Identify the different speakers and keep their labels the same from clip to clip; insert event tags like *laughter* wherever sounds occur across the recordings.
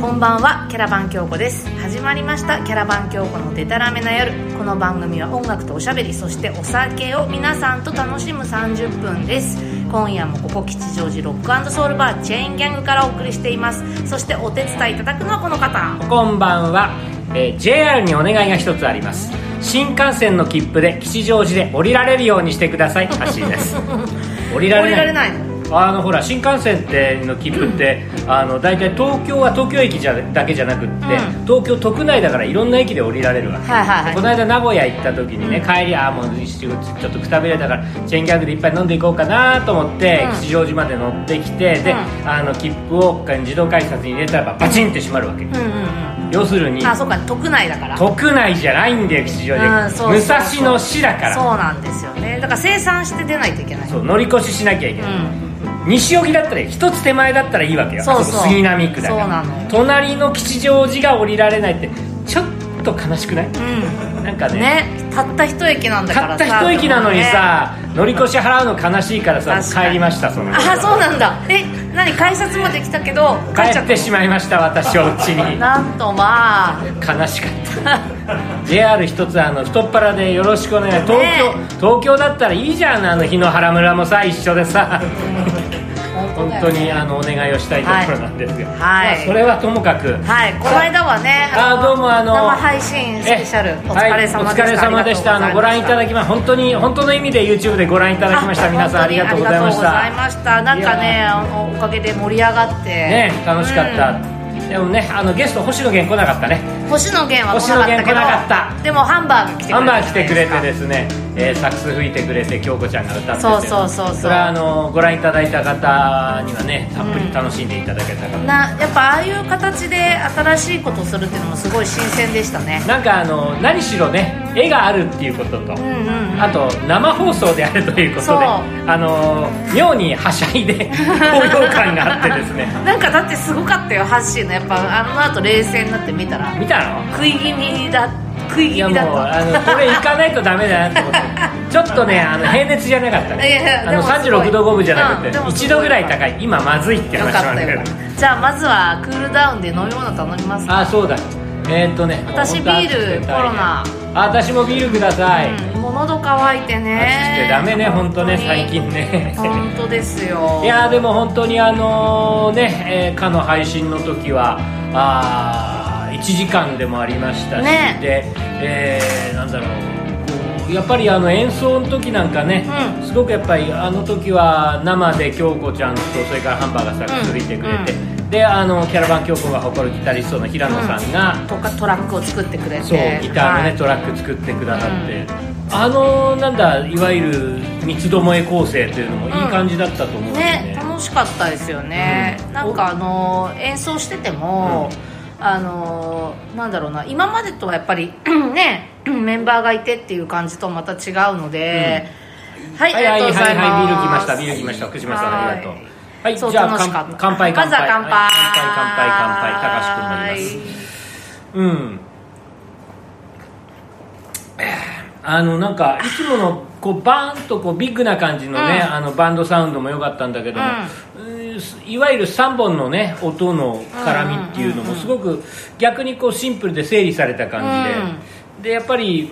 Speaker 1: はキャラバン京子です始まりましたキャラバン京子のデタラメな夜この番組は音楽とおしゃべりそしてお酒を皆さんと楽しむ30分です今夜もここ吉祥寺ロックソウルバーチェーンギャングからお送りしていますそしてお手伝いいただくのはこの方
Speaker 2: こんばんは、えー JR にお願いが一つあります新幹線の切符で吉祥寺で降りられるようにしてくださいらしいです
Speaker 1: *laughs*
Speaker 2: 降りら
Speaker 1: 降
Speaker 2: れ
Speaker 1: り
Speaker 2: な
Speaker 1: ら
Speaker 2: い
Speaker 1: れない
Speaker 2: あのほら新幹線っての切符って、あの大体東京は東京駅じゃだけじゃなくって、
Speaker 1: ん
Speaker 2: 東京都区内だからいろんな駅で降りられるわけ、
Speaker 1: はいはいはい
Speaker 2: この間名古屋行った時にね、帰りああもう仕事ちょっとくたびれたからチェーンギャングでいっぱい飲んでいこうかなと思って、
Speaker 1: うん
Speaker 2: 吉祥寺まで乗ってきてで、
Speaker 1: う
Speaker 2: あの切符を自動改札に入れたらばバチンって閉まるわけ、
Speaker 1: うんうん
Speaker 2: 要する
Speaker 1: う
Speaker 2: に
Speaker 1: んあそうか都区内だから
Speaker 2: 都区内じゃないんだよ吉祥
Speaker 1: うん
Speaker 2: 寺
Speaker 1: そう
Speaker 2: 武蔵野市だから
Speaker 1: そ
Speaker 2: そう
Speaker 1: うなんですよねだから生産して出ないといけない
Speaker 2: 乗り越ししなきゃいけ
Speaker 1: う
Speaker 2: ない、
Speaker 1: ん
Speaker 2: 西荻だったら一つ手前だったらいいわけよ
Speaker 1: そうそう
Speaker 2: あこ杉並区だから
Speaker 1: そうなのよ
Speaker 2: 隣の吉祥寺が降りられないってちょっと悲しくない
Speaker 1: うん
Speaker 2: なんかね
Speaker 1: ねたった一駅なんだか
Speaker 2: たっ
Speaker 1: ら
Speaker 2: た
Speaker 1: さ
Speaker 2: 一駅なのにさ、乗り越し払うの悲しいからさ
Speaker 1: 確かに
Speaker 2: 帰りましたその
Speaker 1: あそうなんだえ何改札まで来たけど
Speaker 2: 帰
Speaker 1: ちゃ
Speaker 2: っ
Speaker 1: って
Speaker 2: しまいました私はうち
Speaker 1: *laughs*
Speaker 2: に
Speaker 1: なんとまあ
Speaker 2: 悲しかった JR 一つあの太っ腹でよろしくお願い東京、
Speaker 1: ね
Speaker 2: 東京だったらいいじゃんあの日の原村もさ一緒でさ
Speaker 1: *laughs*
Speaker 2: 本
Speaker 1: だよ
Speaker 2: 当にあのお願いをしたいところなんですが、
Speaker 1: はい
Speaker 2: まあそれはともかく
Speaker 1: はいこの間はね
Speaker 2: あどうもあの
Speaker 1: 生配信スペシャル
Speaker 2: え
Speaker 1: お疲れ様でした、
Speaker 2: はいお疲れ様でしたあのご覧いただ
Speaker 1: き
Speaker 2: きま本当に本当の意味で YouTube でご覧いただきました皆さんありがとうございました
Speaker 1: ありがとうございましたなんか
Speaker 2: い
Speaker 1: ね
Speaker 2: や
Speaker 1: あのおかげで盛り上がって
Speaker 2: ね楽しかった、でもねあのゲスト星野源来なかったね
Speaker 1: うん星野源は来なかったけど
Speaker 2: 星野源来なかった
Speaker 1: でもハンバーグ来てくれた
Speaker 2: ハンバー来てくれてですね、えーサックス吹いてくれて京子ちゃんが歌ってて
Speaker 1: そうそうそうそう
Speaker 2: それはあのご覧いただいた方にはねたっぷり楽しんでいただけたかな、
Speaker 1: なやっぱああいう形で新しいことするっていうのもすごい新鮮でしたね
Speaker 2: なんかあの何しろね絵があるっていうことと、
Speaker 1: うんうん
Speaker 2: あと生放送であるということ
Speaker 1: そう
Speaker 2: であの妙にはしゃ
Speaker 1: *laughs*
Speaker 2: いで高揚感があってですね
Speaker 1: なんかだってすごかったよハッシーのやっぱあの後冷静になって見たら
Speaker 2: 見たの
Speaker 1: 食い気味だ食い
Speaker 2: い
Speaker 1: 気
Speaker 2: や
Speaker 1: 味
Speaker 2: もう
Speaker 1: だった
Speaker 2: あのこれ行かないとダメだなと
Speaker 1: *laughs*
Speaker 2: 思ってちょっとねあの平熱じゃなかった
Speaker 1: いや
Speaker 2: ね
Speaker 1: いや
Speaker 2: あの
Speaker 1: でもすごい
Speaker 2: 36度5分じゃなくて、
Speaker 1: うんでもすごい
Speaker 2: 1度ぐらい高い今まずいって
Speaker 1: よ
Speaker 2: 話
Speaker 1: か
Speaker 2: な
Speaker 1: っ
Speaker 2: ん
Speaker 1: た
Speaker 2: だけ
Speaker 1: よか
Speaker 2: ど
Speaker 1: ったじゃあまずはクールダウンで飲み物頼みますか
Speaker 2: あそうだえーっとね
Speaker 1: 私
Speaker 2: もう本当
Speaker 1: ビール
Speaker 2: 暑くて大変
Speaker 1: コロナ
Speaker 2: あ私もビールください、
Speaker 1: うんもう喉乾いて
Speaker 2: 暑く
Speaker 1: ね
Speaker 2: てダメね本当ね
Speaker 1: に
Speaker 2: 最近ね *laughs*
Speaker 1: 本当ですよ
Speaker 2: いやーでも本当にあのね、えー、かの配信の時はあー1時間でもありましたし、
Speaker 1: ね
Speaker 2: で、えーなんだろうこうやっぱりあの演奏の時なんかね、
Speaker 1: うん
Speaker 2: すごくやっぱりあの時は生で京子ちゃんとそれからハンバーガーさんが続いてくれて、であのキャラバン京子が誇るギタリストの平野さんが、
Speaker 1: とかトラックを作ってくれて
Speaker 2: そうギターのね、
Speaker 1: はい
Speaker 2: トラック作ってくださって、あのなんだいわゆる三つどもえ構成っていうのもいい感じだったと思うんです
Speaker 1: ね
Speaker 2: ね、
Speaker 1: 楽しかったですよね、
Speaker 2: うん
Speaker 1: なんかあのー演奏してても、あのーなんだろうな今までとはやっぱり *clears throat* ねメンバーがいてっていう感じとまた違うので、はい、
Speaker 2: はいは
Speaker 1: あ
Speaker 2: い
Speaker 1: りがと
Speaker 2: は
Speaker 1: う
Speaker 2: い
Speaker 1: ございます、
Speaker 2: はいビール来ましたビール来ました福島さんありがとう
Speaker 1: はい
Speaker 2: はい
Speaker 1: そう
Speaker 2: じゃあ
Speaker 1: 楽しか
Speaker 2: か
Speaker 1: った
Speaker 2: ん乾杯
Speaker 1: ま
Speaker 2: 乾
Speaker 1: ずは
Speaker 2: 杯
Speaker 1: 乾杯
Speaker 2: はい乾杯乾杯乾杯高橋君もいますうんあのなんかいつものこうバーンとこうビッグな感じのね、
Speaker 1: うん
Speaker 2: あのバンドサウンドも良かったんだけども、うんいわゆる3本のね音の絡みっていうのもすごく逆にこうシンプルで整理された感じで、でやっぱり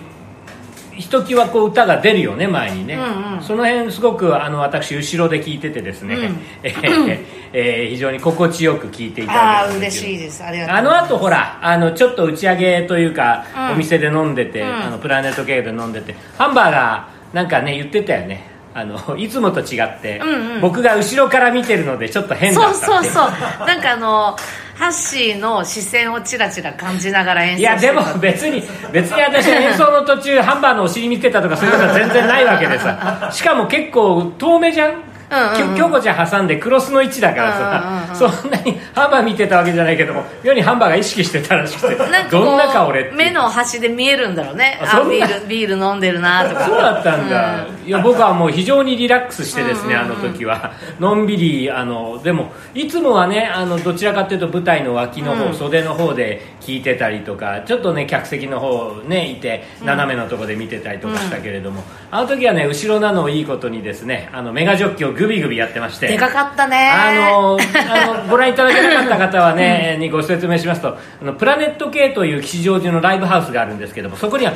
Speaker 2: ひときわこう歌が出るよね前にね、
Speaker 1: うんうん
Speaker 2: その辺すごくあの私後ろで聞いててですね、
Speaker 1: うん
Speaker 2: *laughs* えーえー非常に心地よく聞いていただ
Speaker 1: あ
Speaker 2: い
Speaker 1: あ
Speaker 2: て
Speaker 1: 嬉しい
Speaker 2: い
Speaker 1: ですありがとう
Speaker 2: あのあとほらあのちょっと打ち上げというか、
Speaker 1: うん
Speaker 2: お店で飲んでて、
Speaker 1: うん
Speaker 2: あのプラネット系で飲んでてハンバーガーなんかね言ってたよねあの *laughs* いつもと違って、
Speaker 1: うんうん
Speaker 2: 僕が後ろから見てるのでちょっと変だ
Speaker 1: そ
Speaker 2: っ
Speaker 1: う
Speaker 2: たって
Speaker 1: そうそうなんかあのハッシーの視線をチラチラ感じながら演
Speaker 2: い
Speaker 1: 奏
Speaker 2: や
Speaker 1: して
Speaker 2: で
Speaker 1: た
Speaker 2: も別に別に私は演奏の途中 *laughs* ハンバーのお尻見てたとかそういうことは全然ないわけでさしかも結構遠目じゃん
Speaker 1: うんうんうん
Speaker 2: きょ京子ちゃん挟んでクロスの位置だからさ、そんなにハンバー見てたわけじゃないけども妙にハンバーが意識してたらしくて
Speaker 1: なんかこう
Speaker 2: どんなか俺って
Speaker 1: 目の端で見えるんだろうね
Speaker 2: あ
Speaker 1: あ
Speaker 2: そん
Speaker 1: ビ
Speaker 2: な
Speaker 1: ールビール飲んでるなとか
Speaker 2: *laughs* そうだったんだ、いや僕はもう非常にリラックスしてですね、あの時はのんびりあのでもいつもはねあのどちらかというと舞台の脇の方、袖の方で聞いてたりとかちょっとね客席の方ねいて斜めのとこで見てたりとかしたけれども、あの時はね後ろなのをいいことにですねあのメガジョッキをグビグビやってまして
Speaker 1: でかかったね
Speaker 2: あのあのご覧いただけなかった方はね、にご説明しますとあのプラネット系という吉祥寺のライブハウスがあるんですけどもそこには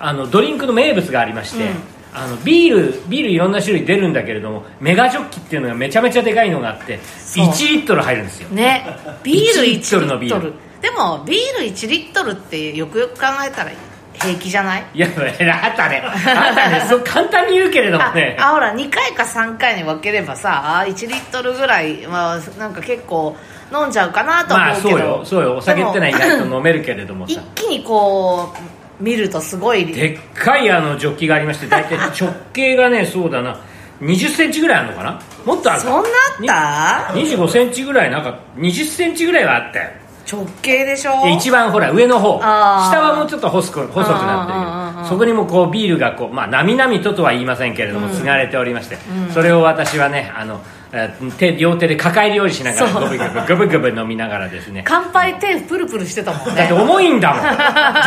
Speaker 2: あのドリンクの名物がありまして、
Speaker 1: うん
Speaker 2: あのビールビールいろんな種類出るんだけれどもメガジョッキっていうのがめちゃめちゃでかいのがあって
Speaker 1: う
Speaker 2: 1リットル入るんですよ
Speaker 1: ねビール1
Speaker 2: 1
Speaker 1: リ
Speaker 2: リ
Speaker 1: ッ
Speaker 2: ッ
Speaker 1: ト
Speaker 2: ト
Speaker 1: ル
Speaker 2: ルのビール
Speaker 1: でもビール1リットルってよくよく考えたら平気じゃない
Speaker 2: いやあったねあったねそう簡単に言うけれども
Speaker 1: あ
Speaker 2: ね
Speaker 1: あほら2回か3回に分ければさあ1リットルぐらいはなんか結構飲んじゃうかなと
Speaker 2: まあ
Speaker 1: 思うけ
Speaker 2: そ
Speaker 1: ど、
Speaker 2: うよそうよお酒ってのは意
Speaker 1: でも
Speaker 2: 外と飲めるけれども
Speaker 1: 一
Speaker 2: さ
Speaker 1: 気にこう見るとすごい
Speaker 2: でっかいあのジョッキがありまして大体直径がねそうだな2 0センチぐらいあるのかなもっとある
Speaker 1: そんなあった
Speaker 2: 2 5センチぐらいなんか2 0センチぐらいはあったよ
Speaker 1: 直径でしょ
Speaker 2: で一番ほら上の方
Speaker 1: あー
Speaker 2: 下はもうちょっと細く細くな
Speaker 1: うんうん
Speaker 2: っ
Speaker 1: うんうん
Speaker 2: てるけどそこにもこうビールがこうまあなみなみととは言いませんけれども継がれておりまして、それを私はねあのえー手両手で抱えるようにしなが
Speaker 1: そう
Speaker 2: らグブグブグブグブ飲みながらですね
Speaker 1: 乾杯手プルプルしてたもん
Speaker 2: だって
Speaker 1: ね
Speaker 2: 重いんだもんジ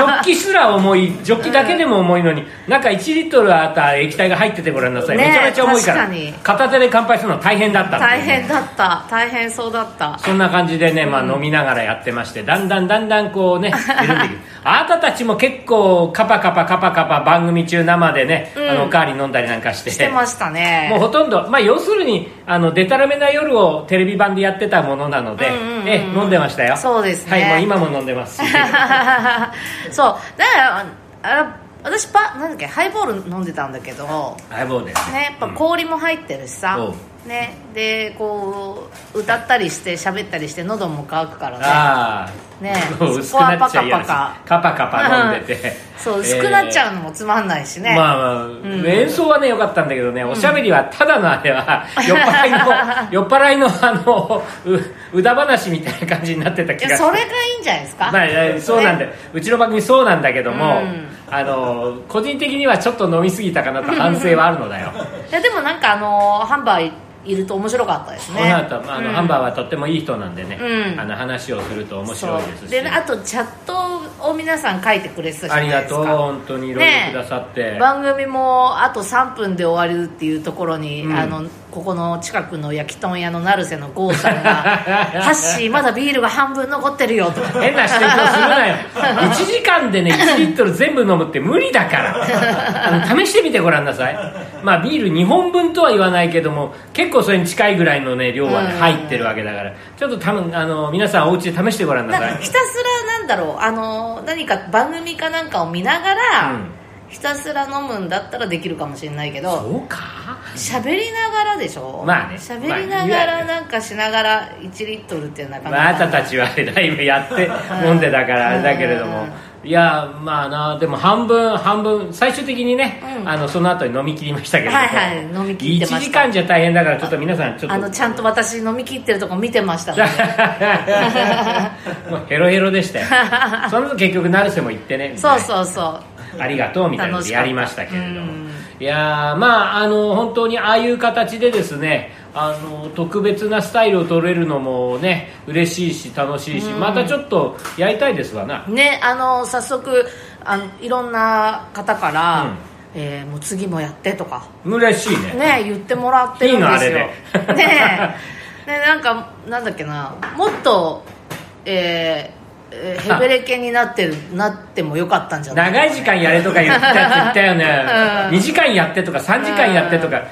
Speaker 2: ョッキすら重いジョッキだけでも重いのに中1リットルあった液体が入っててごらんなさい、
Speaker 1: ねえ
Speaker 2: めちゃめちゃ重いから
Speaker 1: 確かに
Speaker 2: 片手で乾杯するの大変だったっていう
Speaker 1: 大変だった大変そうだった
Speaker 2: そんな感じでね、まあ、飲みながらやってまして、だんだんだんだんこうね、緩んでいくあなたたちも結構、カパカパカパカパ番組中生でね、
Speaker 1: うん
Speaker 2: あの、おかわり飲んだりなんかして。
Speaker 1: してましたね
Speaker 2: もうほとんど、まあ、要するにあのデタラメな夜をテレビ版でやってたものなので、
Speaker 1: うんうんうんうん
Speaker 2: ええ飲んでましたよ
Speaker 1: そうですね
Speaker 2: はい、もう今も飲んでますし
Speaker 1: *laughs* *laughs* そうだからああ私パなんだっけハイボール飲んでたんだけど
Speaker 2: 相棒です
Speaker 1: ねやっぱ氷も入ってるしさ、
Speaker 2: うん
Speaker 1: ね、でこう歌ったりして喋ったりして喉も乾くからね
Speaker 2: ああ
Speaker 1: ね
Speaker 2: もう *laughs* 薄くなっちゃいやです
Speaker 1: そこは
Speaker 2: カパカパ飲んでて、
Speaker 1: そう薄くなっちゃ
Speaker 2: う
Speaker 1: うのもつまんないしね、
Speaker 2: まあまあ、
Speaker 1: ん
Speaker 2: 演奏はね良かったんだけどね、おしゃべりはただのあれ
Speaker 1: *laughs*
Speaker 2: は酔っ払いの酔っ払いのあのううだ話みたいな感じになってた
Speaker 1: い
Speaker 2: 気
Speaker 1: や
Speaker 2: がす
Speaker 1: そ
Speaker 2: る
Speaker 1: れがいいんじゃないですか、
Speaker 2: まあえーそうなんだようちの番組そうなんだけど
Speaker 1: う
Speaker 2: も、
Speaker 1: ん
Speaker 2: あの個人的にはちょっと飲みすぎたかなと反省はあるの
Speaker 1: *laughs*
Speaker 2: だよ、
Speaker 1: いやでもなんかあのハンバーいると面白かったですね
Speaker 2: この後まああの、
Speaker 1: うん
Speaker 2: ハンバーはとってもいい人なんでね、
Speaker 1: うん
Speaker 2: あの話をすると面白いですし
Speaker 1: そうであとチャットを皆さん書いてくれてたじゃ
Speaker 2: あ
Speaker 1: ない
Speaker 2: り
Speaker 1: で
Speaker 2: が
Speaker 1: す
Speaker 2: とう
Speaker 1: か
Speaker 2: 本当にいろいろくださって、
Speaker 1: 番組もあと3分で終わるっていうところに、
Speaker 2: うん
Speaker 1: あのここの近くの焼き豚屋の成瀬の郷さんが「ハッシー
Speaker 2: *laughs*
Speaker 1: まだビールが半分残ってるよ」とか
Speaker 2: 変な指摘をす
Speaker 1: *laughs*
Speaker 2: るなよ1時間でね1リットル全部飲むって無理だからあの試してみてごらんなさいまあビール2本分とは言わないけども結構それに近いぐらいのね量はね
Speaker 1: うん
Speaker 2: 入ってるわけだからちょっと多分あの皆さんお家で試してごらんな
Speaker 1: な
Speaker 2: さい
Speaker 1: ひたすらなんだろうあの何か番組かなんかを見ながら、
Speaker 2: うん
Speaker 1: ひたすら飲むんだったらできるかもしれないけ
Speaker 2: そ
Speaker 1: ど
Speaker 2: うか
Speaker 1: 喋りながらでしょ
Speaker 2: まあね
Speaker 1: 喋りなが
Speaker 2: まあ
Speaker 1: ら
Speaker 2: ね
Speaker 1: なんかしながら1リットルっていうのはなかな
Speaker 2: まあ、あ
Speaker 1: か
Speaker 2: なたたちはライブやって飲んでたからあれだけれども、いやまあなでも半分半分最終的にね、
Speaker 1: うん
Speaker 2: あのその後に飲み切りましたけれども、
Speaker 1: はいはい飲み切ってました
Speaker 2: 1時間じゃ大変だからちょっと皆さんちょっと
Speaker 1: あのちゃんと私飲み切ってるとこ見てましたので
Speaker 2: *laughs* もうヘロヘロでしたよ
Speaker 1: *laughs*
Speaker 2: その後結局成瀬も行ってね
Speaker 1: そうそうそう
Speaker 2: ありがとうみたいなの
Speaker 1: 楽し
Speaker 2: で
Speaker 1: かった
Speaker 2: やりましたけれど
Speaker 1: う
Speaker 2: も、
Speaker 1: ん
Speaker 2: いやーまああの本当にああいう形でですねあの特別なスタイルを取れるのもね嬉しいし楽しいし、またちょっとやりたいですわな
Speaker 1: ねあの早速あのいろんな方から、
Speaker 2: うん
Speaker 1: えーもう次もやってとか
Speaker 2: 嬉しいね
Speaker 1: ね言ってもらってるんですよ
Speaker 2: いいのあれで
Speaker 1: ねねなんかなんだっけなもっとえーえーヘベレケになってるなってもよかったんじゃない
Speaker 2: 長い時間やれとか言ったやつ言ったよね、
Speaker 1: うん
Speaker 2: 2時間やってとか3時間やってとか、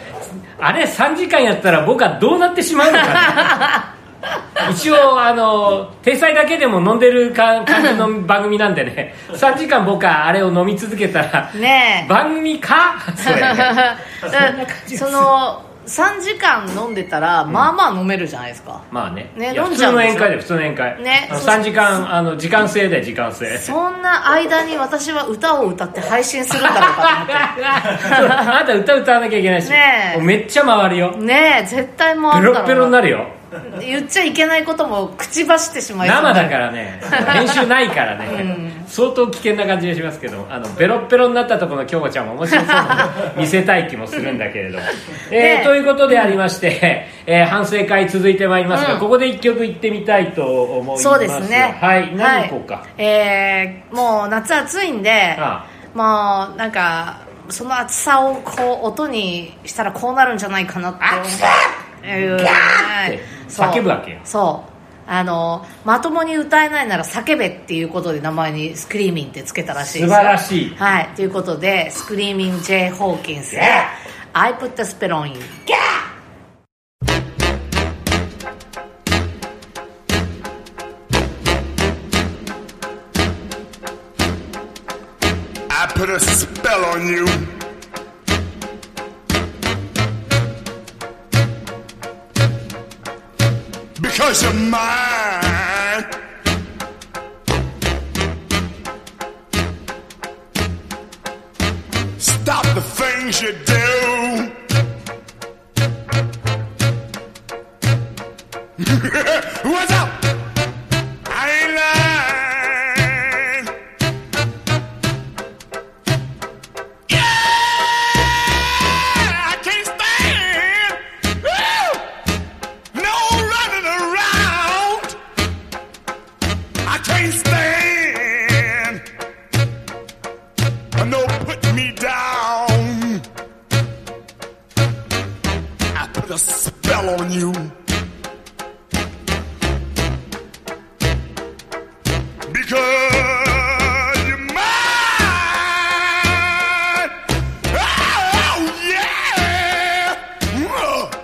Speaker 2: あれ3時間やったら僕はどうなってしまうのか
Speaker 1: *laughs*
Speaker 2: ね一応あの体裁だけでも飲んでるか感じの番組なんでね3時間僕はあれを飲み続けたら
Speaker 1: ねえ
Speaker 2: 番組かそ
Speaker 1: *laughs*
Speaker 2: れ
Speaker 1: だその3時間飲んでたら、まあまあ飲めるじゃないですか
Speaker 2: まあね
Speaker 1: ね
Speaker 2: いや
Speaker 1: 飲ん
Speaker 2: 普
Speaker 1: じゃ
Speaker 2: 通
Speaker 1: うん
Speaker 2: の
Speaker 1: でしょ
Speaker 2: 宴会で普通の宴会、
Speaker 1: ね
Speaker 2: あの
Speaker 1: そう
Speaker 2: 3時間あの時間制で時間制
Speaker 1: そんな間に私は歌を歌って配信するんだろうかと思って
Speaker 2: *laughs* そうあなた歌歌わなきゃいけないし、
Speaker 1: ねえ
Speaker 2: もうめっちゃ回るよ
Speaker 1: ねえ絶対回
Speaker 2: ペ
Speaker 1: るだろ
Speaker 2: ロ
Speaker 1: う
Speaker 2: ッペロになるよ
Speaker 1: 言っちゃいけないことも口走ってしまいそう
Speaker 2: 生
Speaker 1: な
Speaker 2: だか
Speaker 1: *laughs*
Speaker 2: らね編集ないからね、相当危険な感じがしますけどあのベロッベロになったところの京子ちゃんも面白そうな
Speaker 1: *laughs*
Speaker 2: ので見せたい気もするんだけれども、え
Speaker 1: ね
Speaker 2: ーということでありまして、えー反省会続いてまいりますが、ここで一曲いってみたいと思います
Speaker 1: そうですね
Speaker 2: はい何行こうか、
Speaker 1: はいえーもう夏暑いんで
Speaker 2: あ
Speaker 1: もうなんかその暑さをこう音にしたらこうなるんじゃないかなって
Speaker 2: 暑さ
Speaker 1: いう
Speaker 2: って叫ぶわけよ
Speaker 1: そうあのまともに歌えないなら叫べっていうことで名前にスクリーミンってつけたらしい
Speaker 2: 素晴らしい
Speaker 1: はいということでスクリーミン J ・ホーキンスで I put the spell on you
Speaker 3: I put a spell on you. Because you're mine. Stop the things you do. *laughs* What's up? I ain't lying. Yeah, I can't stand Woo! no running around. I can't stand no put me down. I put a spell on you because you're mine. Oh yeah. Ugh.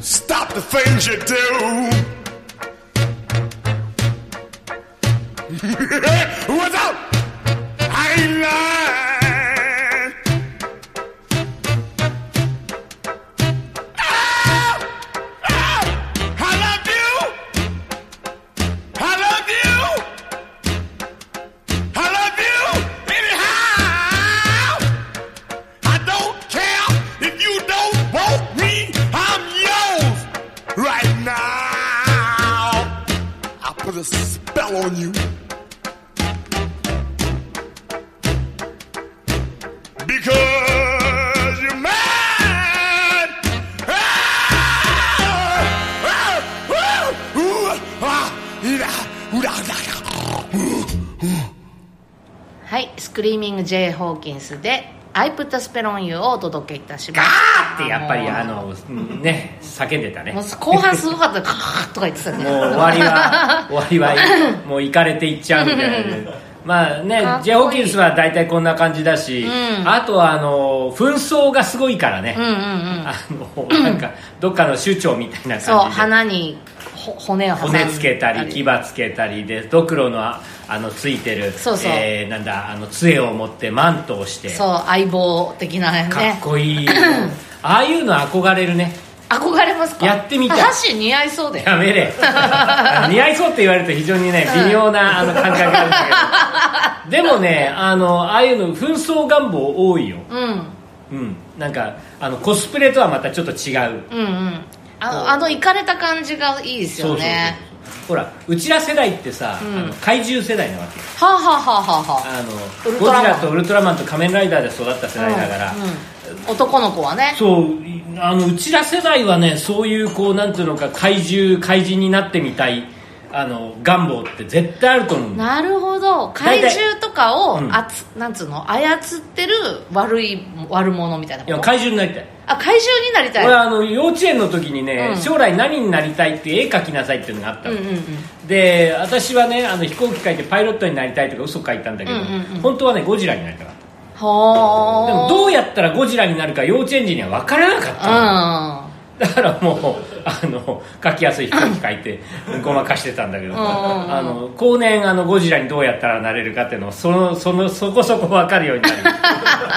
Speaker 3: Stop the things you do. What's up? I ain't lying. Oh, oh, I love you. I love you. I love you anyhow. I don't care if you don't want me. I'm yours right now. I put a spell on you. Because you're mad. Ah! Ah! Ooh! Ooh! Ah! Ooh! Ah! Ooh! Ah! Ooh!
Speaker 1: はいスクリーミング J ・ホーキンスで I put the spell on you をお届けいたしました
Speaker 2: ってやっぱり
Speaker 1: もう
Speaker 2: あのうんね叫んでたね
Speaker 1: もう後半すごかったカーッとか言ってたね
Speaker 2: もう終わりは終わ
Speaker 1: *laughs*
Speaker 2: りはもう行かれていっちゃうみたいなねまあね
Speaker 1: かっこいい
Speaker 2: ジェイ・ホーキンスは大体こんな感じだし、あとはあの紛争がすごいからね、あのなんかどっかの首長みたいな
Speaker 1: *laughs* そう
Speaker 2: 感じで
Speaker 1: 鼻にほ骨を挟んで
Speaker 2: 骨つけたり牙つけたりでドクロのああのついてる
Speaker 1: そうそう
Speaker 2: えーなんだあの杖を持ってマントをして
Speaker 1: そう相棒的なね
Speaker 2: かっこ
Speaker 1: *laughs*
Speaker 2: いい、ああいうの憧れるね
Speaker 1: 憧れますか
Speaker 2: やってみたい
Speaker 1: ハッシー似合いそうで
Speaker 2: やめ *laughs* れ似合いそうって言われると非常にね微妙なあの感覚があるんだ *laughs* けどでもねあのああいうの紛争願望多いよ
Speaker 1: うんうん
Speaker 2: うんなんかあのコスプレとはまたちょっと違う
Speaker 1: うんあのあのいかれた感じがいいです
Speaker 2: そ
Speaker 1: よ
Speaker 2: うそうそう
Speaker 1: ね
Speaker 2: ほらうちら世代ってさ、あの怪獣世代なわけよ
Speaker 1: はあ、はあはあはあは
Speaker 2: あの
Speaker 1: ウルト
Speaker 2: ゴ
Speaker 1: ラマ
Speaker 2: ジ
Speaker 1: ン
Speaker 2: ラとウルトラマンと仮面ライダーで育った世代だから、
Speaker 1: あ、男の子はね
Speaker 2: そういあのうちら世代はねそういうこうなんていうのか怪獣怪人になってみたいあの願望って絶対あると思うんだよ
Speaker 1: なるほど怪
Speaker 2: 大体
Speaker 1: 獣とかを
Speaker 2: うん
Speaker 1: あつ、なんつうの操ってる悪い悪者みたいない
Speaker 2: や
Speaker 1: こと
Speaker 2: 怪獣になりたい
Speaker 1: あ怪獣になりたい
Speaker 2: 俺あの幼稚園の時にね、
Speaker 1: うん
Speaker 2: 将来何になりたいって絵描きなさいっていうのがあったの、
Speaker 1: うんうんうん
Speaker 2: で私はねあの飛行機描いてパイロットになりたいとか嘘書いたんだけど、
Speaker 1: うんうんうん
Speaker 2: 本当はねゴジラになりたかった
Speaker 1: ほー
Speaker 2: でもどうやったらゴジラになるか幼稚園児には分からなかったの、
Speaker 1: う
Speaker 2: だからもうあの書きやすい人に書い
Speaker 1: *laughs*
Speaker 2: てごまかしてたんだけど
Speaker 1: うんうんうん
Speaker 2: あの後年あのゴジラにどうやったらなれるかっていうのをそのそのそこそこ分かるようにな
Speaker 1: *laughs*
Speaker 2: る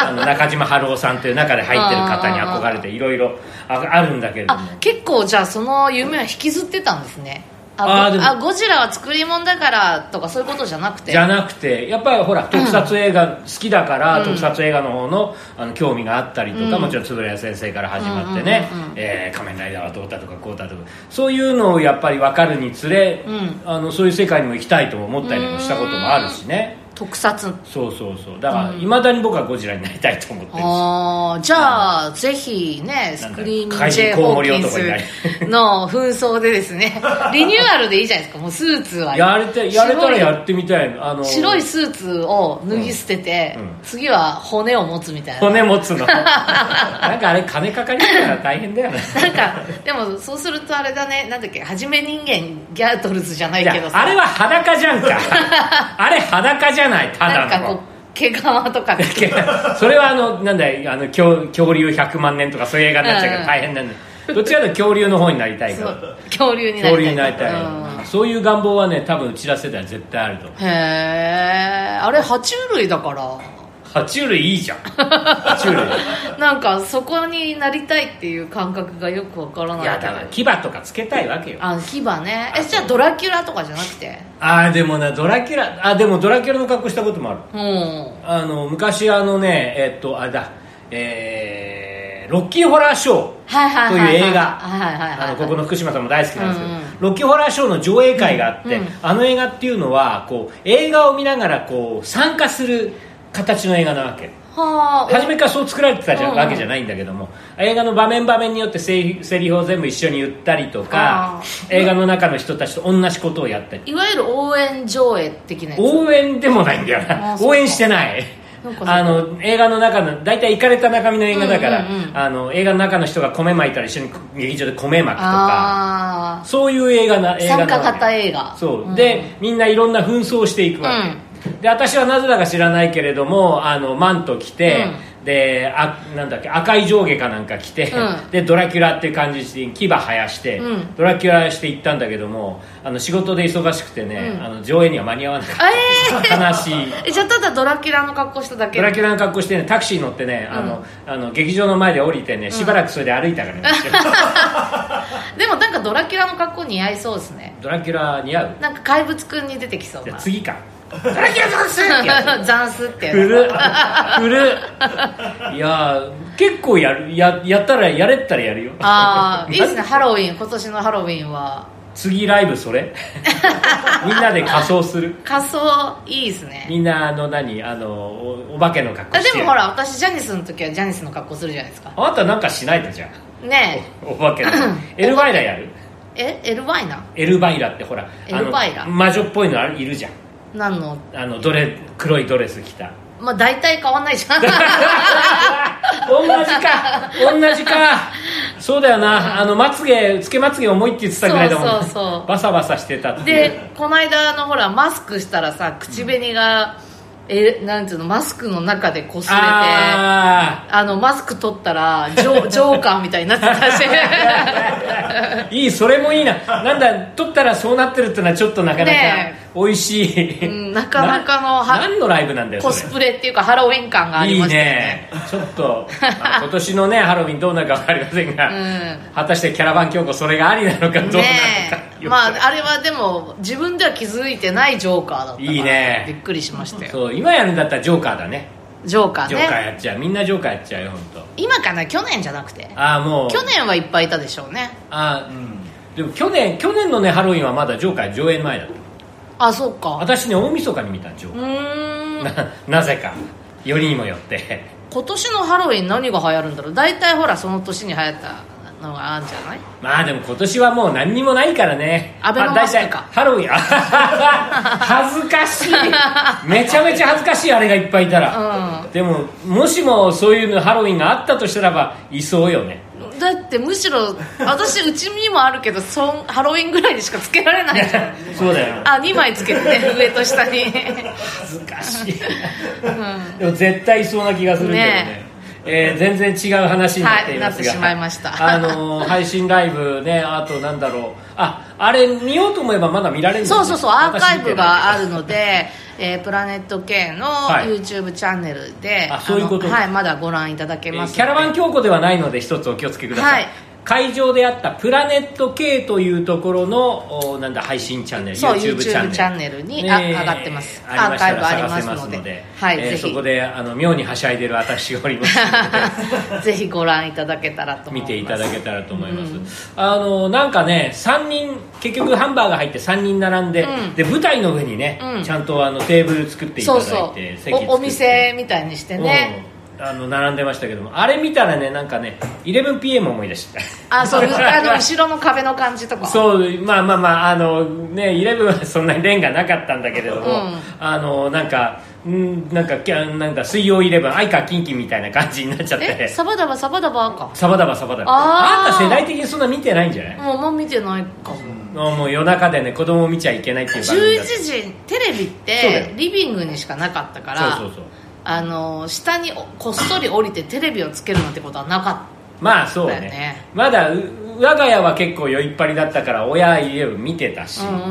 Speaker 2: あの中島春夫さんという中で入ってる方に憧れていろいろああるんだけれども
Speaker 1: あ結構じゃあその夢は引きずってたんですねあ
Speaker 2: あ
Speaker 1: ご
Speaker 2: ーでも
Speaker 1: あゴジラは作り物だからとかそういうことじゃなくて
Speaker 2: じゃなくてやっぱりほら特撮映画好きだから、特撮映画の方のあの興味があったりとか、もちろん円谷先生から始まってね「えー仮面ライダーはどうだ」とかこうだとかそういうのをやっぱり分かるにつれ、
Speaker 1: ん
Speaker 2: あのそういう世界にも行きたいとも思ったりもしたこともあるしね
Speaker 1: 特撮
Speaker 2: そうそうそうだからいまだに僕はゴジラになりたいと思ってるし
Speaker 1: あーじゃあぜひね
Speaker 2: な
Speaker 1: ス
Speaker 2: んだ
Speaker 1: クリーミン
Speaker 2: 怪
Speaker 1: グ
Speaker 2: 人
Speaker 1: J ・
Speaker 2: コウ
Speaker 1: ホ
Speaker 2: モ
Speaker 1: ー
Speaker 2: リ
Speaker 1: キン
Speaker 2: 男になり
Speaker 1: スの紛争でです
Speaker 2: *laughs*
Speaker 1: ねリニューアルでいいじゃないですかもうスーツは
Speaker 2: やれてやれたらやってみたいのあの
Speaker 1: 白いスーツを脱ぎ捨てて、
Speaker 2: うんうん
Speaker 1: 次は骨を持つみたいな
Speaker 2: 骨持つの *laughs* なんかあれ金かかりそうだから大変だよね
Speaker 1: なんかでもそうするとあれだねなんだっけはじめ人間ギャートルズじゃない
Speaker 2: いや
Speaker 1: けどさ
Speaker 2: あれは裸じゃんか *laughs* あれ裸じゃないた
Speaker 1: なん
Speaker 2: だ
Speaker 1: か
Speaker 2: の
Speaker 1: こう毛皮とか
Speaker 2: *laughs* それはあのなんだいあの恐恐竜100万年とかそういう映画になっちゃうから
Speaker 1: うん
Speaker 2: 大変なんで、どっちかというと恐竜の方になりたいか
Speaker 1: そ
Speaker 2: ら
Speaker 1: う恐竜になりたい
Speaker 2: 恐竜になりたい、
Speaker 1: うん
Speaker 2: そういう願望はね多分うちら世代は絶対あると思う
Speaker 1: へえあれ爬虫類だから
Speaker 2: 爬虫類いいじゃん爬 *laughs* 虫類
Speaker 1: なんかそこになりたいっていう感覚がよくわからないい
Speaker 2: や
Speaker 1: け
Speaker 2: だから
Speaker 1: ど
Speaker 2: 牙とかつけたいわけよ
Speaker 1: あ牙ねえじゃあドラキュラとかじゃなくて
Speaker 2: ああでもなドラキュラあでもドラキュラの格好したこともある
Speaker 1: うん
Speaker 2: あの昔あのねえっとあれだえーロッキーホラーショー
Speaker 1: はいはい
Speaker 2: と
Speaker 1: はいいは
Speaker 2: う
Speaker 1: い
Speaker 2: 映画
Speaker 1: はいはいはいはい
Speaker 2: あのここの福島さんも大好きなんですけど、
Speaker 1: うんうん
Speaker 2: ロッキーホラーショーの上映会があって、
Speaker 1: うんうん
Speaker 2: あの映画っていうのはこう映画を見ながらこう参加する形の映画なわけ
Speaker 1: はあ
Speaker 2: 初めからそう作られてたじゃ、
Speaker 1: うんうん
Speaker 2: わけじゃないんだけども映画の場面場面によってセリセリフを全部一緒に言ったりとか
Speaker 1: あ
Speaker 2: 映画の中の人たちと同じことをやったり
Speaker 1: いわゆる応援上映的なやつ
Speaker 2: 応援でもないんだよ
Speaker 1: あ
Speaker 2: な
Speaker 1: そうか
Speaker 2: 応援してない
Speaker 1: なんかそう
Speaker 2: あの映画の中の大体行かれた中身の映画だから、
Speaker 1: うんうんうん
Speaker 2: あの映画の中の人が米巻いたら一緒に劇場で米巻くとか
Speaker 1: あ
Speaker 2: そういう映画な
Speaker 1: あ
Speaker 2: 映画な
Speaker 1: 参
Speaker 2: わけ
Speaker 1: 加型映画
Speaker 2: そう、
Speaker 1: ん
Speaker 2: でみんないろんな紛争をしていくわけ、で私はなぜだか知らないけれどもあのマント着て、であなんだっけ赤い上下かなんか着て、
Speaker 1: うん
Speaker 2: でドラキュラっていう感じで牙生やして、
Speaker 1: うん
Speaker 2: ドラキュラして行ったんだけどもあの仕事で忙しくてね、
Speaker 1: うん
Speaker 2: あの上映には間に合わなかった
Speaker 1: あえー
Speaker 2: 悲
Speaker 1: *laughs*
Speaker 2: しい
Speaker 1: えじゃあただドラキュラの格好しただけ
Speaker 2: ドラキュラの格好してねタクシーに乗ってね、あのあの劇場の前で降りてねしばらくそれで歩いたか
Speaker 1: *laughs*
Speaker 2: らね、
Speaker 1: でもなんかドラキュラの格好似合いそうですね
Speaker 2: ドラキュラ似合う
Speaker 1: なんか怪物くんに出てきそう
Speaker 2: じゃ
Speaker 1: な
Speaker 2: あ次かドラキュラダンスってやつ
Speaker 1: ザンスってやつ
Speaker 2: 古っ古っいやー結構やるややったらやれったらやるよ
Speaker 1: あ
Speaker 2: *laughs*
Speaker 1: あいいですねハロウィン今年のハロウィンは
Speaker 2: 次ライブそれ *laughs* みんなで仮装する
Speaker 1: 仮装いいですね
Speaker 2: みんなあの何あのおお化けの格好
Speaker 1: あ
Speaker 2: して
Speaker 1: でもほら私ジャニスの時はジャニスの格好するじゃないですか
Speaker 2: あなたなんかしないとじゃ
Speaker 1: ね
Speaker 2: あお化け
Speaker 1: *laughs*
Speaker 2: のエルバイラやる
Speaker 1: ええエルワイナ
Speaker 2: エルバイラってほらあの
Speaker 1: エルバイラ
Speaker 2: 魔女っぽいのあるいるじゃん
Speaker 1: なんの
Speaker 2: あのドレ黒いドレス着た
Speaker 1: まあ大体変わんないじゃん
Speaker 2: *laughs* 同じか同じかそうだよなあのまつげつけまつげ重いって言ってたぐらいだもんね
Speaker 1: そうそうそう
Speaker 2: バサバサしてたって *laughs* いう
Speaker 1: でこの間あのほらマスクしたらさ口紅が、えなんていうのマスクの中でこすれてあ
Speaker 2: あ
Speaker 1: のマスク取ったらジ
Speaker 2: *laughs*
Speaker 1: ョジョーカーみたいになってたし
Speaker 2: ー *laughs* いいそれもいいななんだ取ったらそうなってるってのはちょっとなかなか
Speaker 1: ね
Speaker 2: 美味しい、
Speaker 1: うんなかなかのは
Speaker 2: な何のライブなんだよ
Speaker 1: コ
Speaker 2: そ
Speaker 1: ス
Speaker 2: れ
Speaker 1: プレっていうかハロウィン感があり
Speaker 2: いい
Speaker 1: ましたよね
Speaker 2: ねちょっと、ま *laughs* あ今年のねハロウィンどうなるか分かりませんが、
Speaker 1: う
Speaker 2: 果たしてキャラバン強行それがありなのかどうなのか、
Speaker 1: ねえまああれはでも自分では気づいてないジョーカーだったから
Speaker 2: いいね
Speaker 1: びっくりしましたよ
Speaker 2: *laughs* そう今やるんだったらジョーカーだね
Speaker 1: ジョーカー
Speaker 2: ジョーカー
Speaker 1: ね
Speaker 2: やっちゃうみんなジョーカーやっちゃうよ本当。
Speaker 1: 今かな去年じゃなくて
Speaker 2: ああもう
Speaker 1: 去年はいっぱいいたでしょうね
Speaker 2: あー、うん、でも去年去年のねハロウィンはまだジョーカー上演前だった
Speaker 1: あそうか
Speaker 2: 私ね大晦日に見たジョー *laughs*
Speaker 1: う
Speaker 2: カー
Speaker 1: ーん
Speaker 2: ななぜかよりにもよって *laughs*
Speaker 1: 今年のハロウィン何が流行るんだろう大体ほらその年に流行ったのがあるんじゃない
Speaker 2: まあでも今年はもう何にもないからね
Speaker 1: アベノマスクか
Speaker 2: あ大体ハロウィンあ *laughs* 恥ずかしい
Speaker 1: *laughs*
Speaker 2: めちゃめちゃ恥ずかしいあれがいっぱいいたら、でももしもそういうのハロウィンがあったとしたらばいそうよ
Speaker 1: *laughs*
Speaker 2: ね
Speaker 1: だってむしろ私うちにもあるけどそんハロウィンぐらいにしかつけられないじ
Speaker 2: *laughs*
Speaker 1: ゃん
Speaker 2: そうだよ
Speaker 1: あ2枚つけてね上と
Speaker 2: *laughs*
Speaker 1: 下に
Speaker 2: 恥ずかしい、でも絶対いそうな気がするけどね
Speaker 1: ね
Speaker 2: えー全然違う話になって
Speaker 1: は
Speaker 2: いますが、
Speaker 1: いなってしまいました
Speaker 2: あのー配信ライブねあとなんだろうああれ見ようと思えばまだ見られるんだよ
Speaker 1: そ
Speaker 2: ね
Speaker 1: うそうそうアーカイブがあるの
Speaker 2: 私見てない
Speaker 1: で、えープラネット K の
Speaker 2: はい
Speaker 1: YouTube チャンネルで、
Speaker 2: あそういうこと
Speaker 1: あのはい、まだご覧いただけ
Speaker 2: え
Speaker 1: ま
Speaker 2: ー
Speaker 1: す
Speaker 2: キャラバン強行ではないので一つお気をつけください、
Speaker 1: はい
Speaker 2: 会場であったプラネット K というところのおなんだ配信チャンネル
Speaker 1: そう
Speaker 2: YouTube チャンネル
Speaker 1: YouTube チャンネルにあ
Speaker 2: ねえ
Speaker 1: 上がってます
Speaker 2: あり
Speaker 1: アー
Speaker 2: ましたら
Speaker 1: カイブあ
Speaker 2: 探
Speaker 1: り
Speaker 2: せ
Speaker 1: ま
Speaker 2: ますす
Speaker 1: の
Speaker 2: の
Speaker 1: で
Speaker 2: で
Speaker 1: はい
Speaker 2: えー
Speaker 1: ぜひ
Speaker 2: そこであの妙にはしゃいでる私がおりますの
Speaker 1: *laughs*
Speaker 2: で
Speaker 1: ぜひご覧いただけたらと思い
Speaker 2: 見
Speaker 1: ます
Speaker 2: ていただけたらと思います、あのなんかね3人結局ハンバーガー入って3人並んで、
Speaker 1: うん
Speaker 2: で舞台の上にね、
Speaker 1: うん
Speaker 2: ちゃんとあのテーブル作ってい
Speaker 1: そ
Speaker 2: ただいうて
Speaker 1: そう
Speaker 2: 席作って
Speaker 1: おお店みたいにしてね、
Speaker 2: うんあの並んでましたけどもあれ見たらねなんかね 11PM 思い出した
Speaker 1: あそう
Speaker 2: *laughs*
Speaker 1: あの後ろの壁の感じとか
Speaker 2: そうまあまあまああのね11はそんなにレンがなかったんだけれども、
Speaker 1: うん
Speaker 2: あのなんかうんなんかきゃなんか水曜11相川キンキみたいな感じになっちゃっ
Speaker 1: え
Speaker 2: て
Speaker 1: サバダバサバダバか
Speaker 2: サバダバサバダバ
Speaker 1: あー
Speaker 2: あんた世代的にそんな見てないんじゃない、
Speaker 1: もうもう見てないかも
Speaker 2: あもう夜中でね子供見ちゃいけないっていう番組だ
Speaker 1: 11
Speaker 2: った
Speaker 1: 時テレビっ
Speaker 2: そうだ
Speaker 1: て
Speaker 2: よ
Speaker 1: リビングにしかなかったから
Speaker 2: そうそうそう
Speaker 1: あの下におこっそり降りてテレビをつけるなんてことはなかっ
Speaker 2: まあそうね
Speaker 1: だよね
Speaker 2: まだう我が家は結構酔いっぱりだったから親家を見てたし、
Speaker 1: たうんうんう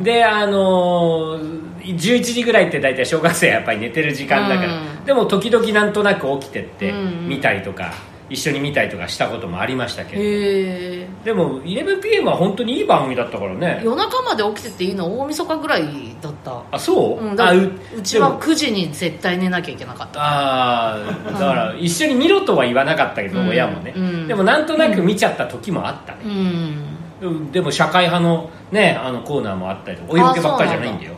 Speaker 1: ん
Speaker 2: であのー11時ぐらいって大体小学生はやっぱり寝てる時間だか
Speaker 1: う
Speaker 2: ら、
Speaker 1: ん
Speaker 2: でも時々なんとなく起きてって
Speaker 1: うんうん
Speaker 2: 見たりとか、一緒に見たりとかしたこともありましたけど
Speaker 1: へえ
Speaker 2: でも 11PM は本当にいい番組だったからね
Speaker 1: 夜中まで起きてていいの大晦日ぐらいだった
Speaker 2: あそう、
Speaker 1: うんだ
Speaker 2: あ
Speaker 1: から
Speaker 2: う
Speaker 1: うち
Speaker 2: で
Speaker 1: は
Speaker 2: も
Speaker 1: 9時に絶対寝なきゃいけなかった
Speaker 2: ああだから一緒に見ろとは言わなかったけど、
Speaker 1: うん
Speaker 2: 親もね、
Speaker 1: うん
Speaker 2: でもなんとなく見ちゃった時もあったね、
Speaker 1: うん
Speaker 2: でも社会派のねあのコーナーもあったりとかお色気ばっかりじゃないんだよ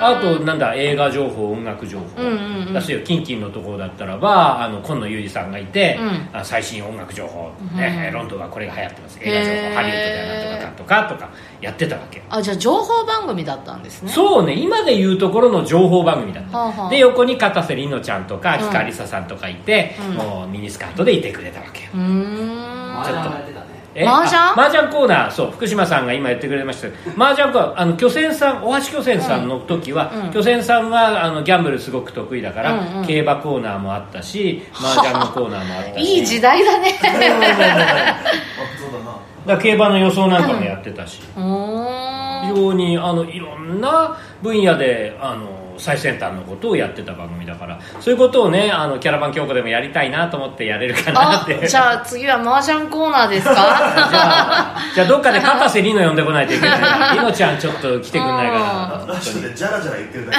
Speaker 1: あそうなんだ
Speaker 2: あとなんだ映画情報音楽情報、
Speaker 1: うんうんうん
Speaker 2: だしよキンキンのところだったらばあの今野裕二さんがいて、
Speaker 1: う
Speaker 2: あ最新音楽情報、
Speaker 1: うん
Speaker 2: ねロンドンはこれが流行ってます映画情
Speaker 1: へー
Speaker 2: 報ハリウッドではなんとかかんとかとかやってたわけ、
Speaker 1: あじゃあ情報番組だったんですね
Speaker 2: そうね今で言うところの情報番組だった、
Speaker 1: はあはあ
Speaker 2: で横に片瀬里乃ちゃんとか
Speaker 1: ん
Speaker 2: 氷川りささんとかいて、
Speaker 1: うん
Speaker 2: もうミニスカートでいてくれたわけよ
Speaker 1: うーん
Speaker 4: マージャンやってたね
Speaker 2: え
Speaker 1: 麻雀
Speaker 2: あ麻雀コーナーそう福島さんが今やってくれましたけど麻雀コーナーあの巨船さん大橋巨船さんの時は、
Speaker 1: うん
Speaker 2: 巨船さんはあのギャンブルすごく得意だから、
Speaker 1: うんうん
Speaker 2: 競馬コーナーもあったし麻雀のコーナーもあったし
Speaker 1: *laughs* いい時代だね
Speaker 4: あそうだな
Speaker 2: だから競馬の予想なんかもやってたし、
Speaker 1: *laughs* うーん
Speaker 2: 非常にあのいろんな分野であの最先端のことをやってた番組だからそういうことをねあのキャラバン教庫でもやりたいなと思ってやれるかな
Speaker 1: あ
Speaker 2: って *laughs*
Speaker 1: じゃあ次は麻雀コーナーですか *laughs*
Speaker 2: じゃあ、じゃあどっかで片瀬りの呼んでこないといけない。りのちゃんちょっと来てくんないかな。
Speaker 4: ラッシュでジャラジャラ言ってるだ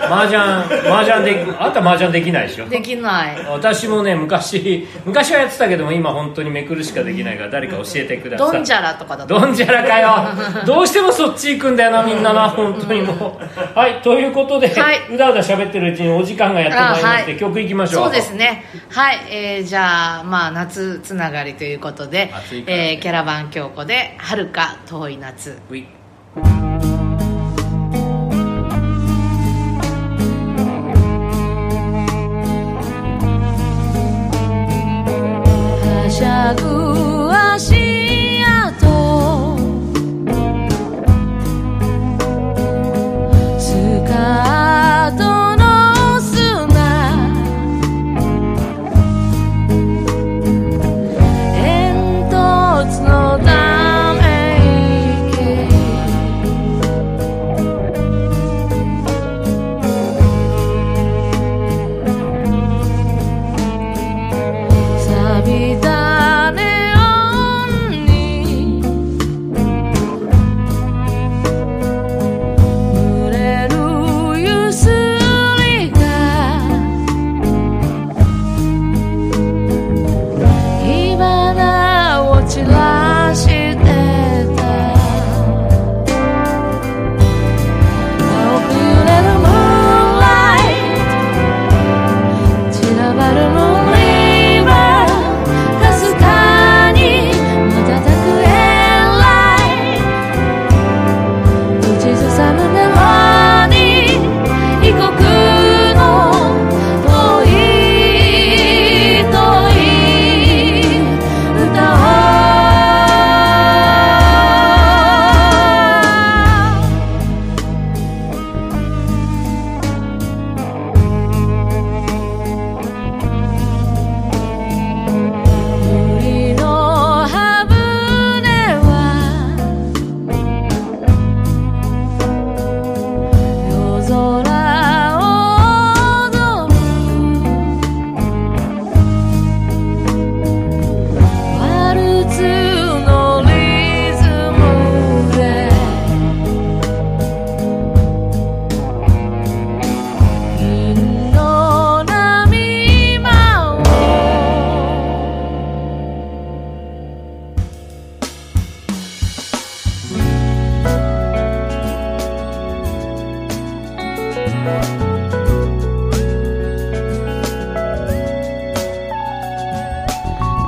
Speaker 4: け
Speaker 2: 麻雀、麻雀でき、あんた麻雀できないでしょ。
Speaker 1: できない
Speaker 2: 私もね、昔、昔はやってたけども、今本当にめくるしかできないから、誰か教えてください。
Speaker 1: ドンジャラとかだと
Speaker 2: ドンジャラかよ。どうしてもそっち行くんだよな、みんなな、本当にもう。はい、ということで、
Speaker 1: はいう
Speaker 2: だうだ喋ってるうちにお時間がやってまいりまして、
Speaker 1: あはい
Speaker 2: 曲行きましょう。
Speaker 1: そうですねはい、えーじゃあまあ夏つながりということで、
Speaker 2: 暑いからね
Speaker 1: えーキャラバン京子で「遥か遠い夏
Speaker 2: うい。
Speaker 5: はしゃぐ足跡スカートの砂煙突のため息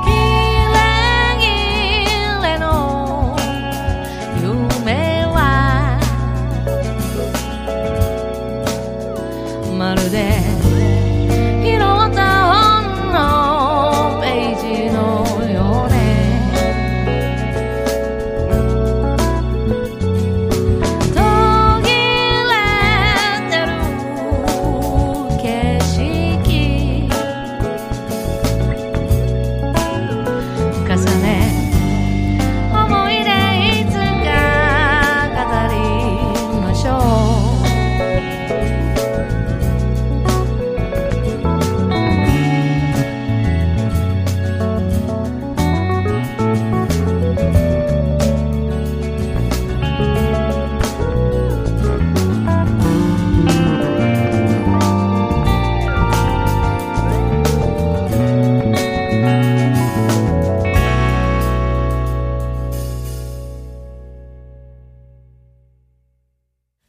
Speaker 5: キラキラの夢はまるで拾った本のページのようね途切れてる景色重ね思い出いつか語りましょう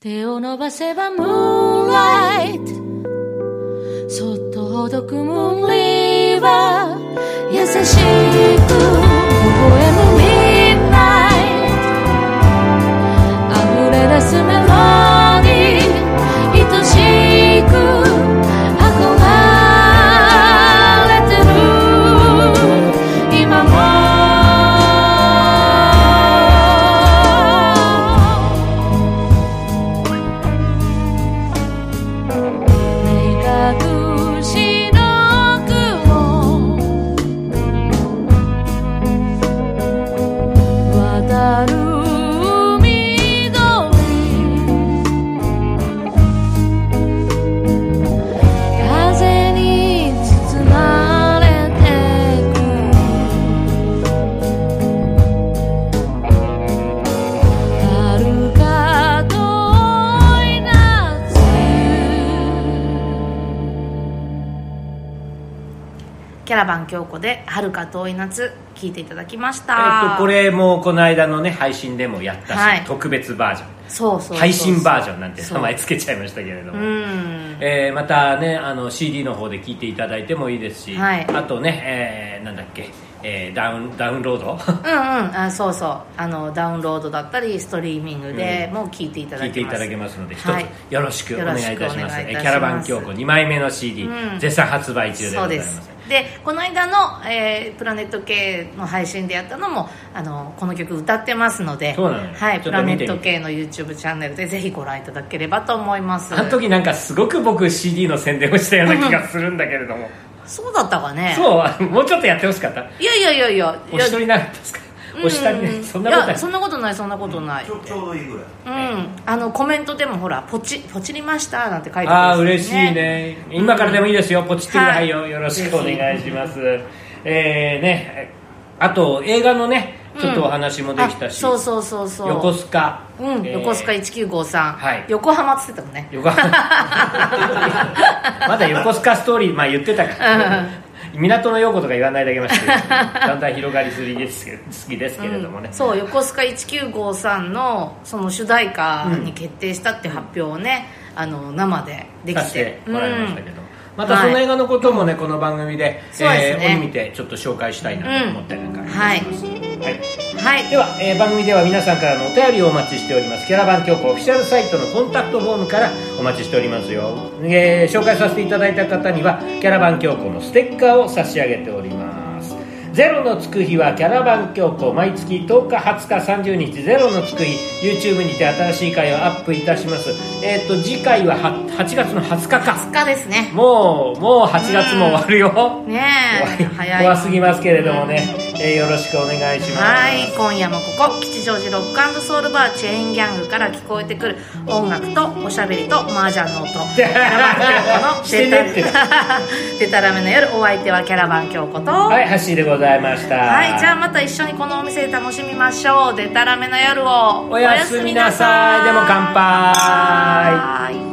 Speaker 5: 手を伸ばせばムーンライトそっとほどくムーンリーバー優しく微笑むミッドナイト溢れ出すメロディー愛しく憧れてる今も目隠しの雲渡る緑風に包まれてく遥か遠い夏
Speaker 1: キャラバン京子で「遥か遠い夏」聞いていただきまし
Speaker 2: え
Speaker 1: た
Speaker 2: っと、これもこの間のね配信でもやったし、
Speaker 1: はい
Speaker 2: 特別バージョン
Speaker 1: そうそうそうそう
Speaker 2: 配信バージョンなんて名前
Speaker 1: そ
Speaker 2: つけちゃいましたけれども、
Speaker 1: ううん
Speaker 2: えーまたねあの CD の方で聴いていただいてもいいですし、
Speaker 1: はい
Speaker 2: あとね、えーなんだっけ、えーダウンダウンロード
Speaker 1: うんうんあそうそうあのダウンロードだったりストリーミングでも聞いていただ
Speaker 2: 聞いて
Speaker 1: け
Speaker 2: い
Speaker 1: ます、
Speaker 2: ただけますので一つ
Speaker 1: はい
Speaker 2: よろしくお願いいたし
Speaker 1: よろしくお
Speaker 2: ます,、
Speaker 1: 願いいたしま
Speaker 2: え
Speaker 1: す
Speaker 2: ーキャラバン京子2枚目の CD、
Speaker 1: うん
Speaker 2: 絶賛発売中でご
Speaker 1: そう
Speaker 2: ざい
Speaker 1: で
Speaker 2: ますす
Speaker 1: でこの間の、えープラネット系の配信でやったのもあのこの曲歌ってますので
Speaker 2: そうなのよ
Speaker 1: はい、
Speaker 2: ち
Speaker 1: プ
Speaker 2: ょっと
Speaker 1: ラネ
Speaker 2: 見てみて
Speaker 1: ット系の YouTube チャンネルでぜひご覧いただければと思います
Speaker 2: あの時なんかすごく僕 CD の宣伝をしたような気がするんだけれども、
Speaker 1: そうだったかね
Speaker 2: そうもうちょっとやってほしかった
Speaker 1: いやいやいやいや
Speaker 2: お一人なかったですか
Speaker 1: うん
Speaker 2: お下にねそんなこ
Speaker 1: い
Speaker 2: とない
Speaker 1: やそんなことないそんなことない、
Speaker 4: ちょちょうどいいぐらい
Speaker 1: うん、あのコメントでもほら「ポチポチりました」なんて書いて
Speaker 2: あ
Speaker 1: ま
Speaker 2: あ
Speaker 1: す
Speaker 2: 嬉しいね今からでもいいですよポチってくださいよ、よろしくお願いしますえー、ねあと映画のねちょっとお話もできた
Speaker 1: あ
Speaker 2: し、
Speaker 1: そうそうそうそう
Speaker 2: 横須賀、
Speaker 1: うん、
Speaker 2: えー
Speaker 1: 横須賀1953、
Speaker 2: はい
Speaker 1: 横浜っつってたもんね
Speaker 2: 横浜まだ横須賀ストーリー、まあ、言ってたから、港の横とか言わないだけましたけどだんだん広がりすぎですけど好きですけれどもね、
Speaker 1: うんそう横須賀1953のその主題歌に決定したって発表をね、あの生でで
Speaker 2: さ
Speaker 1: き
Speaker 2: せ
Speaker 1: て
Speaker 2: てもらいましたけど、ま
Speaker 1: は
Speaker 2: た
Speaker 1: い
Speaker 2: その映画のこともね、この番組で
Speaker 1: そうですね
Speaker 2: えー折見てちょっと紹介したいなと思ったりなんかします、はい
Speaker 1: うんはい
Speaker 2: では、えー番組では皆さんからのお便りをお待ちしておりますキャラバン教皇オフィシャルサイトのコンタクトフォームからお待ちしておりますよ、えー紹介させていただいた方にはキャラバン教皇のステッカーを差し上げておりますゼロのつく日はキャラバン教皇毎月10日20日30日ゼロのつく日 YouTube にて新しい回をアップいたしますえっ、と次回はは8月の20日か
Speaker 1: 20日ですね
Speaker 2: もうもう8月も終わるよ、
Speaker 1: ねえ
Speaker 2: 怖い
Speaker 1: 早い
Speaker 2: 怖すぎますけれどもね、えーよろしくお願いします
Speaker 1: はい今夜もここ吉祥寺ロックソウルバーチェーンギャングから聞こえてくる音楽とおしゃべりと麻雀の音キャラバン京子の
Speaker 2: してねって
Speaker 1: デタデタラメの夜お相手はキャラバン京子と
Speaker 2: はい、ハッシーでございました。
Speaker 1: はい、じゃあまた一緒にこのお店で楽しみましょう。でたらめな夜を。
Speaker 2: おやすみなさいでも乾杯
Speaker 1: 乾杯